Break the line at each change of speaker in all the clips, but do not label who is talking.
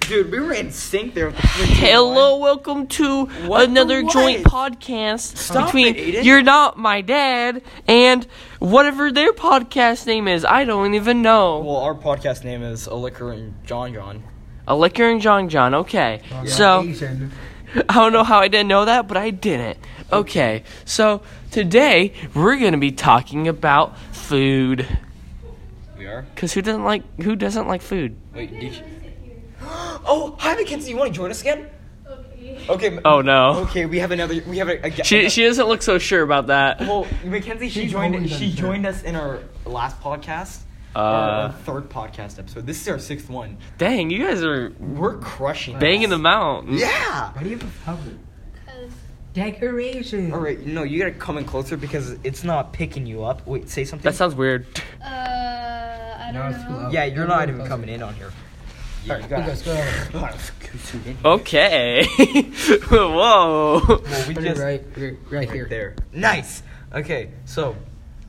Dude, we were in sync there. With the
Hello, welcome to
What
another
the
joint podcast
Stop it,
between
Aiden.
You're Not My Dad and whatever their podcast name is. I don't even know.
Well, our podcast name is A Liquor and John John.
A Liquor and John John, okay. So,
Asian.
I don't know how I didn't know that, but I didn't. Okay, so today we're going to be talking about food.
We are.
Because who doesn't like who doesn't like food?
Wait, did you... Oh, hi, McKenzie. You want to join us again? Okay. m-
Oh no,
Okay, we have another. We have a. a
she she doesn't look so sure about that.
well, Mackenzie, she
She's
joined.
always
She
unfair.
joined us in our last podcast.
Uh,
our third podcast episode. This is our sixth one.
dang, you guys are
We're crushing.
banging
this.
them out.
Yeah.
Why do you have a problem? Decoration.
All right. No, you gotta come in closer because it's not picking you up. Wait, say something.
That sounds weird.
Uh, I
No,
don't
it's
know.
loud.
Yeah, you're not even coming in on here. Yeah, you gotta-
Let's go.
Okay. Whoa.
Well, we
Put it
just-
right, right, right
Right
here.
there. Nice. Okay, so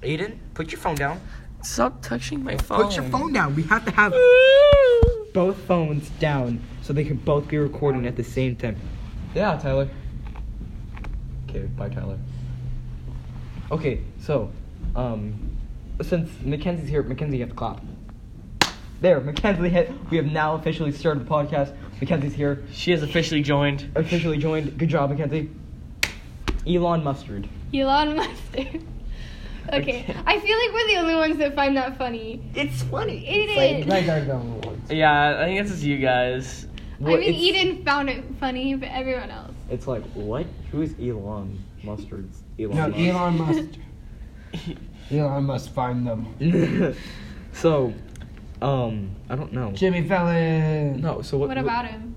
Aiden, put your phone down.
Stop touching my phone.
Put your phone down. We have to have
Both phones down so they can both be recording at the same time. Yeah, Tyler. Okay, bye, Tyler. Okay, so, um, since Mackenzie's here, Mackenzie, you have to clap. There, Mackenzie hit. We have now officially started the podcast. Mackenzie's here,
She has officially joined.
officially joined. Good job, Mackenzie. Elon Mustard.
Elon Musk. okay.
Okay.
I feel like we're the only ones that find that funny.
It's funny.
Eden.
Right there, go.
Yeah, I think this is you guys.
I mean, Eden found it funny, but everyone else.
It's like, what? Who is Elon Mustard's Elon
No,
Musk?
Elon must. Elon must find them.
so, um, I don't know.
Jimmy Fallon.
No, so
What about him?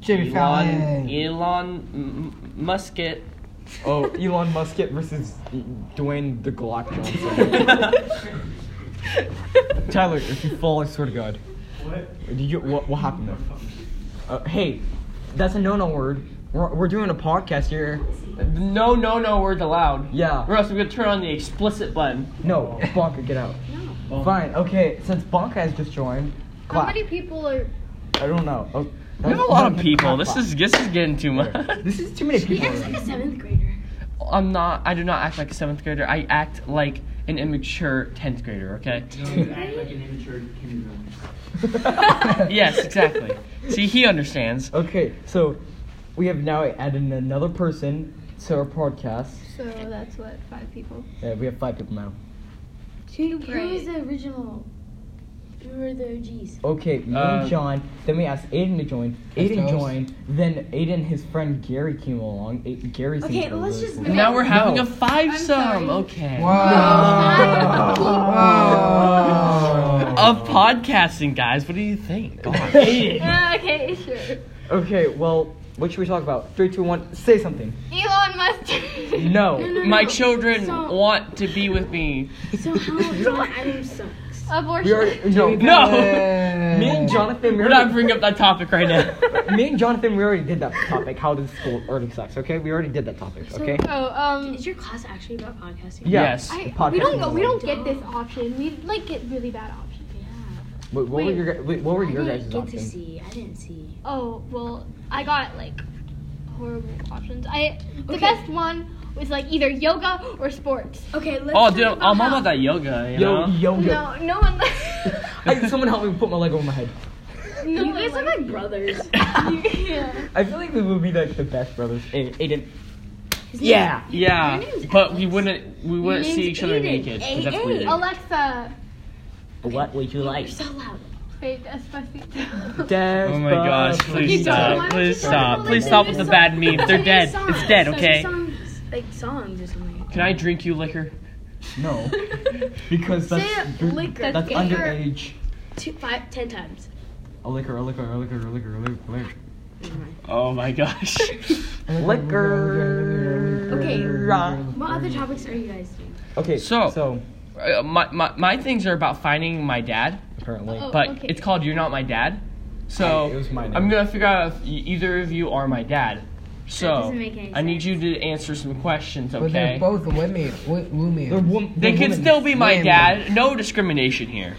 Jimmy Fallon.
Elon, Elon M- Musket.
Oh, Elon Musket versus Dwayne the Glock Johnson. Tyler, if you fall, I swear to God. What? Did you? What? What happened there? Uh, hey, that's a no-no word. We're, we're doing a podcast here.
no, no, no words allowed.
Yeah.
Or else we're gonna turn on the explicit button.
No, Bonka, get out. No. Fine. Okay, since Bonka has just joined,
How
clap.
many people are?
I don't know. Oh,
We have a lot of people. This is this is getting too much.
This is too many people.
a seventh grader.
I'm not. I do not act like a seventh grader. I act like an immature tenth grader. Okay. Yes, exactly. See, he understands.
Okay, so we have now added another person to our podcast.
So that's what five people.
Uh, we have five people now.
Who, who
Right.
was the original? Who were the OGs?
Okay, me
Um,
and John. Then we asked Aiden to join. Aiden
Let's go.
joined. Then Aiden, and his friend Gary came along. A- Gary. seems
Okay,
to be
let's
really
just-
cool.
No.
Now we're having
No.
a five
sorry.
sum. Okay.
Wow.
Of podcasting, guys. What do you think?
okay, sure.
Okay, well, what should we talk about? Three, two, one. Say something.
Elon Musk.
No.
My children
So-
want to be with me.
So how John Adams sucks.
Abortion.
We already no. Me
No.
and Jonathan. We
We're not
already,
bringing up that topic right now.
me and Jonathan. We already did that topic. How does school early sucks? Okay, we already did that topic. Okay.
oh, um.
Is your class actually about podcasting?
Yeah.
Yes.
I, we
Podcast
don't know. We
number
don't get this option. We like get really bad options.
Wait, what were
Wait.
your gu- wait, what were
I
your
didn't
guys'
get to
options?
see. I didn't see.
Oh well, I got like horrible options. I the
Okay.
best one was like either yoga or sports.
Okay, let's.
Oh, dude, I'm all about that yoga. You
Yo,
know.
yo, yo.
No, no one.
Hey, someone help me put my leg over my head.
no
You
one
guys are
liked-
like brothers.
yeah.
I feel like we would be like the best brothers.
Oh
A- Aiden.
His name-
Yeah.
Yeah,
Your name's
but we
Alex.
wouldn't we wouldn't see
name's
each other
Aiden.
naked. 'cause That's
AA.
weird.
Alexa,
What would you like?
You're so loud.
wait, Despacito.
Oh my gosh! Please
Okay, so why
stop!
don't
Please
you talk about,
stop!
like,
Uh, Please stop with
your
the
song-
bad memes. They're dead. It's dead. Okay.
Songs, like songs or something.
Can I drink you liquor?
No. Because that's
Say liquor.
that's underage.
Two, five, ten times.
A liquor, a liquor, a liquor, a liquor, a liquor,
Oh my gosh!
a liquor.
Okay.
Liquor.
What other topics are you guys doing?
Okay.
So-
so
Uh, my, my my things are about finding my dad,
apparently.
Oh,
but
okay.
it's called "You're Not My Dad," so
Hey, it was my name.
I'm gonna figure out if e- either of you are my dad. So
doesn't make any
I need you to answer some questions,
But they're
okay?
both women. wi- Women.
They're wom-
They
they're
can
women.
still be my
Women.
dad. No discrimination here.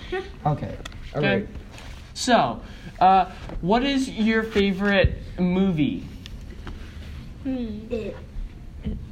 Okay.
All right.
So, uh, what is your favorite movie?
Hmm.
It?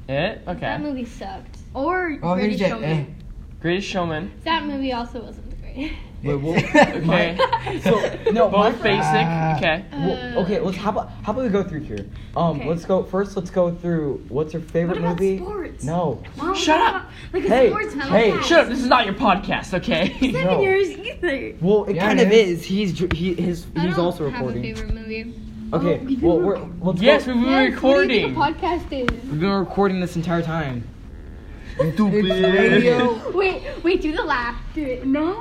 That
Okay.
movie sucked. Or
Oh, here's
British
that. eh.
Showman.
Greatest Showman.
That movie also wasn't the great. uh,
Wait, what?
Okay.
So, no, my
Both
fr-
basic.
Ah.
Okay.
Well, okay, let's how about how about we go through here? Um,
Okay.
let's go first. Let's go through what's your favorite
What about
movie?
sports?
No,
Mom,
Shut
what
up.
about, Like a
Hey,
sports movie.
hey,
Shut up. This is not your podcast. Okay.
Seven
No.
years either.
well, it
Yeah,
kind
it
of
is.
is. He's dr- he his
I
he's
don't
also
have
recording.
a favorite movie.
Okay,
Oh, we've been
well we're let's
yes,
go.
we've been
Yes, what do you think
recording.
a podcast is?
We've been recording this entire time.
radio.
Wait, wait, do the laugh. Do it.
No,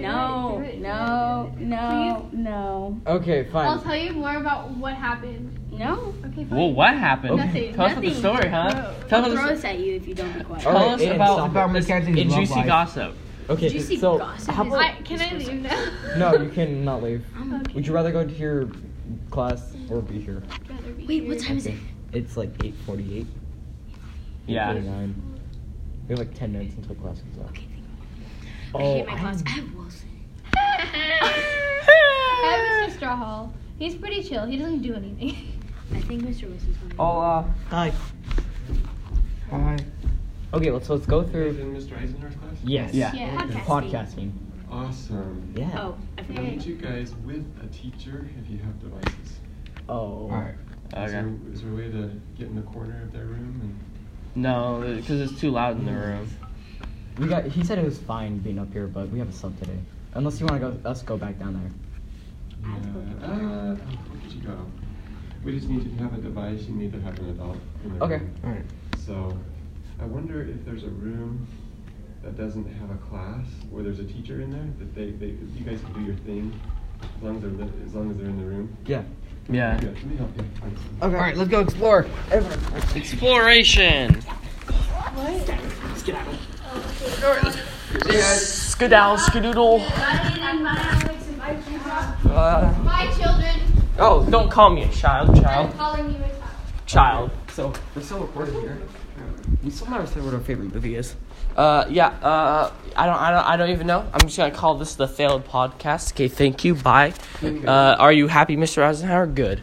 no,
Do it.
no, no, no,
Okay,
I'll
fine.
tell you more about what happened.
no.
Okay, fine.
Whoa, what happened?
Nothing.
Tell us about the
Nothing.
story, huh? Tell
I'll
us.
throw this at you if you don't be quiet.
All
Tell
right,
us
Ian,
about,
stop.
About
this
McKenzie's
in
love
juicy
life.
gossip.
Okay,
Juicy
so
gossip
how
is-
about
I, can I leave now?
no? You can not leave. Would you rather go to your class or be here?
Better be
Wait, what
here.
time is it?
It's like eight forty-eight.
Yeah.
49. We have like ten minutes until class comes out.
I
Oh,
hate my class. I have Wilson.
I have Mr. Strawhall. He's pretty chill. He doesn't do anything.
I think Mr. Wilson's going.
I'll, uh,
hi.
Hi.
Okay, let's let's go through.
in Mr. Eisenhower's class?
Yes.
Yeah.
Podcasting.
Oh, Podcasting.
Awesome.
Yeah.
Oh, I
I'll
forgot.
meet you guys with a teacher if you have devices.
Oh.
Alright.
Is,
okay.
there, is there a way to get in the corner of their room?
No, because it's too loud in the room.
We got. He said it was fine being up here, but we have a sub today. Unless you want to go, us go back down there.
And, yeah. Uh, where did you go? We just need you to have a device. You need to have an adult. In the
Okay.
room.
Alright.
So, I wonder if there's a room that doesn't have a class where there's a teacher in there that they, they you guys can do your thing as long as they're li- as long as they're in the room.
Yeah.
Yeah.
let me help you. Thanks.
Okay.
Alright, let's go explore.
Exploration. Skedaddle, skedoodle. Uh,
Bye, children.
oh, don't call me a child,
I'm
child,
calling you a
child.
child.
So we're still recording here. We still never said what our favorite movie is.
Uh, yeah. Uh, I don't. I don't. I don't even know. I'm just gonna call this the failed podcast. Okay. Thank you. Bye. Uh, are you happy, Mr. Eisenhower? Good.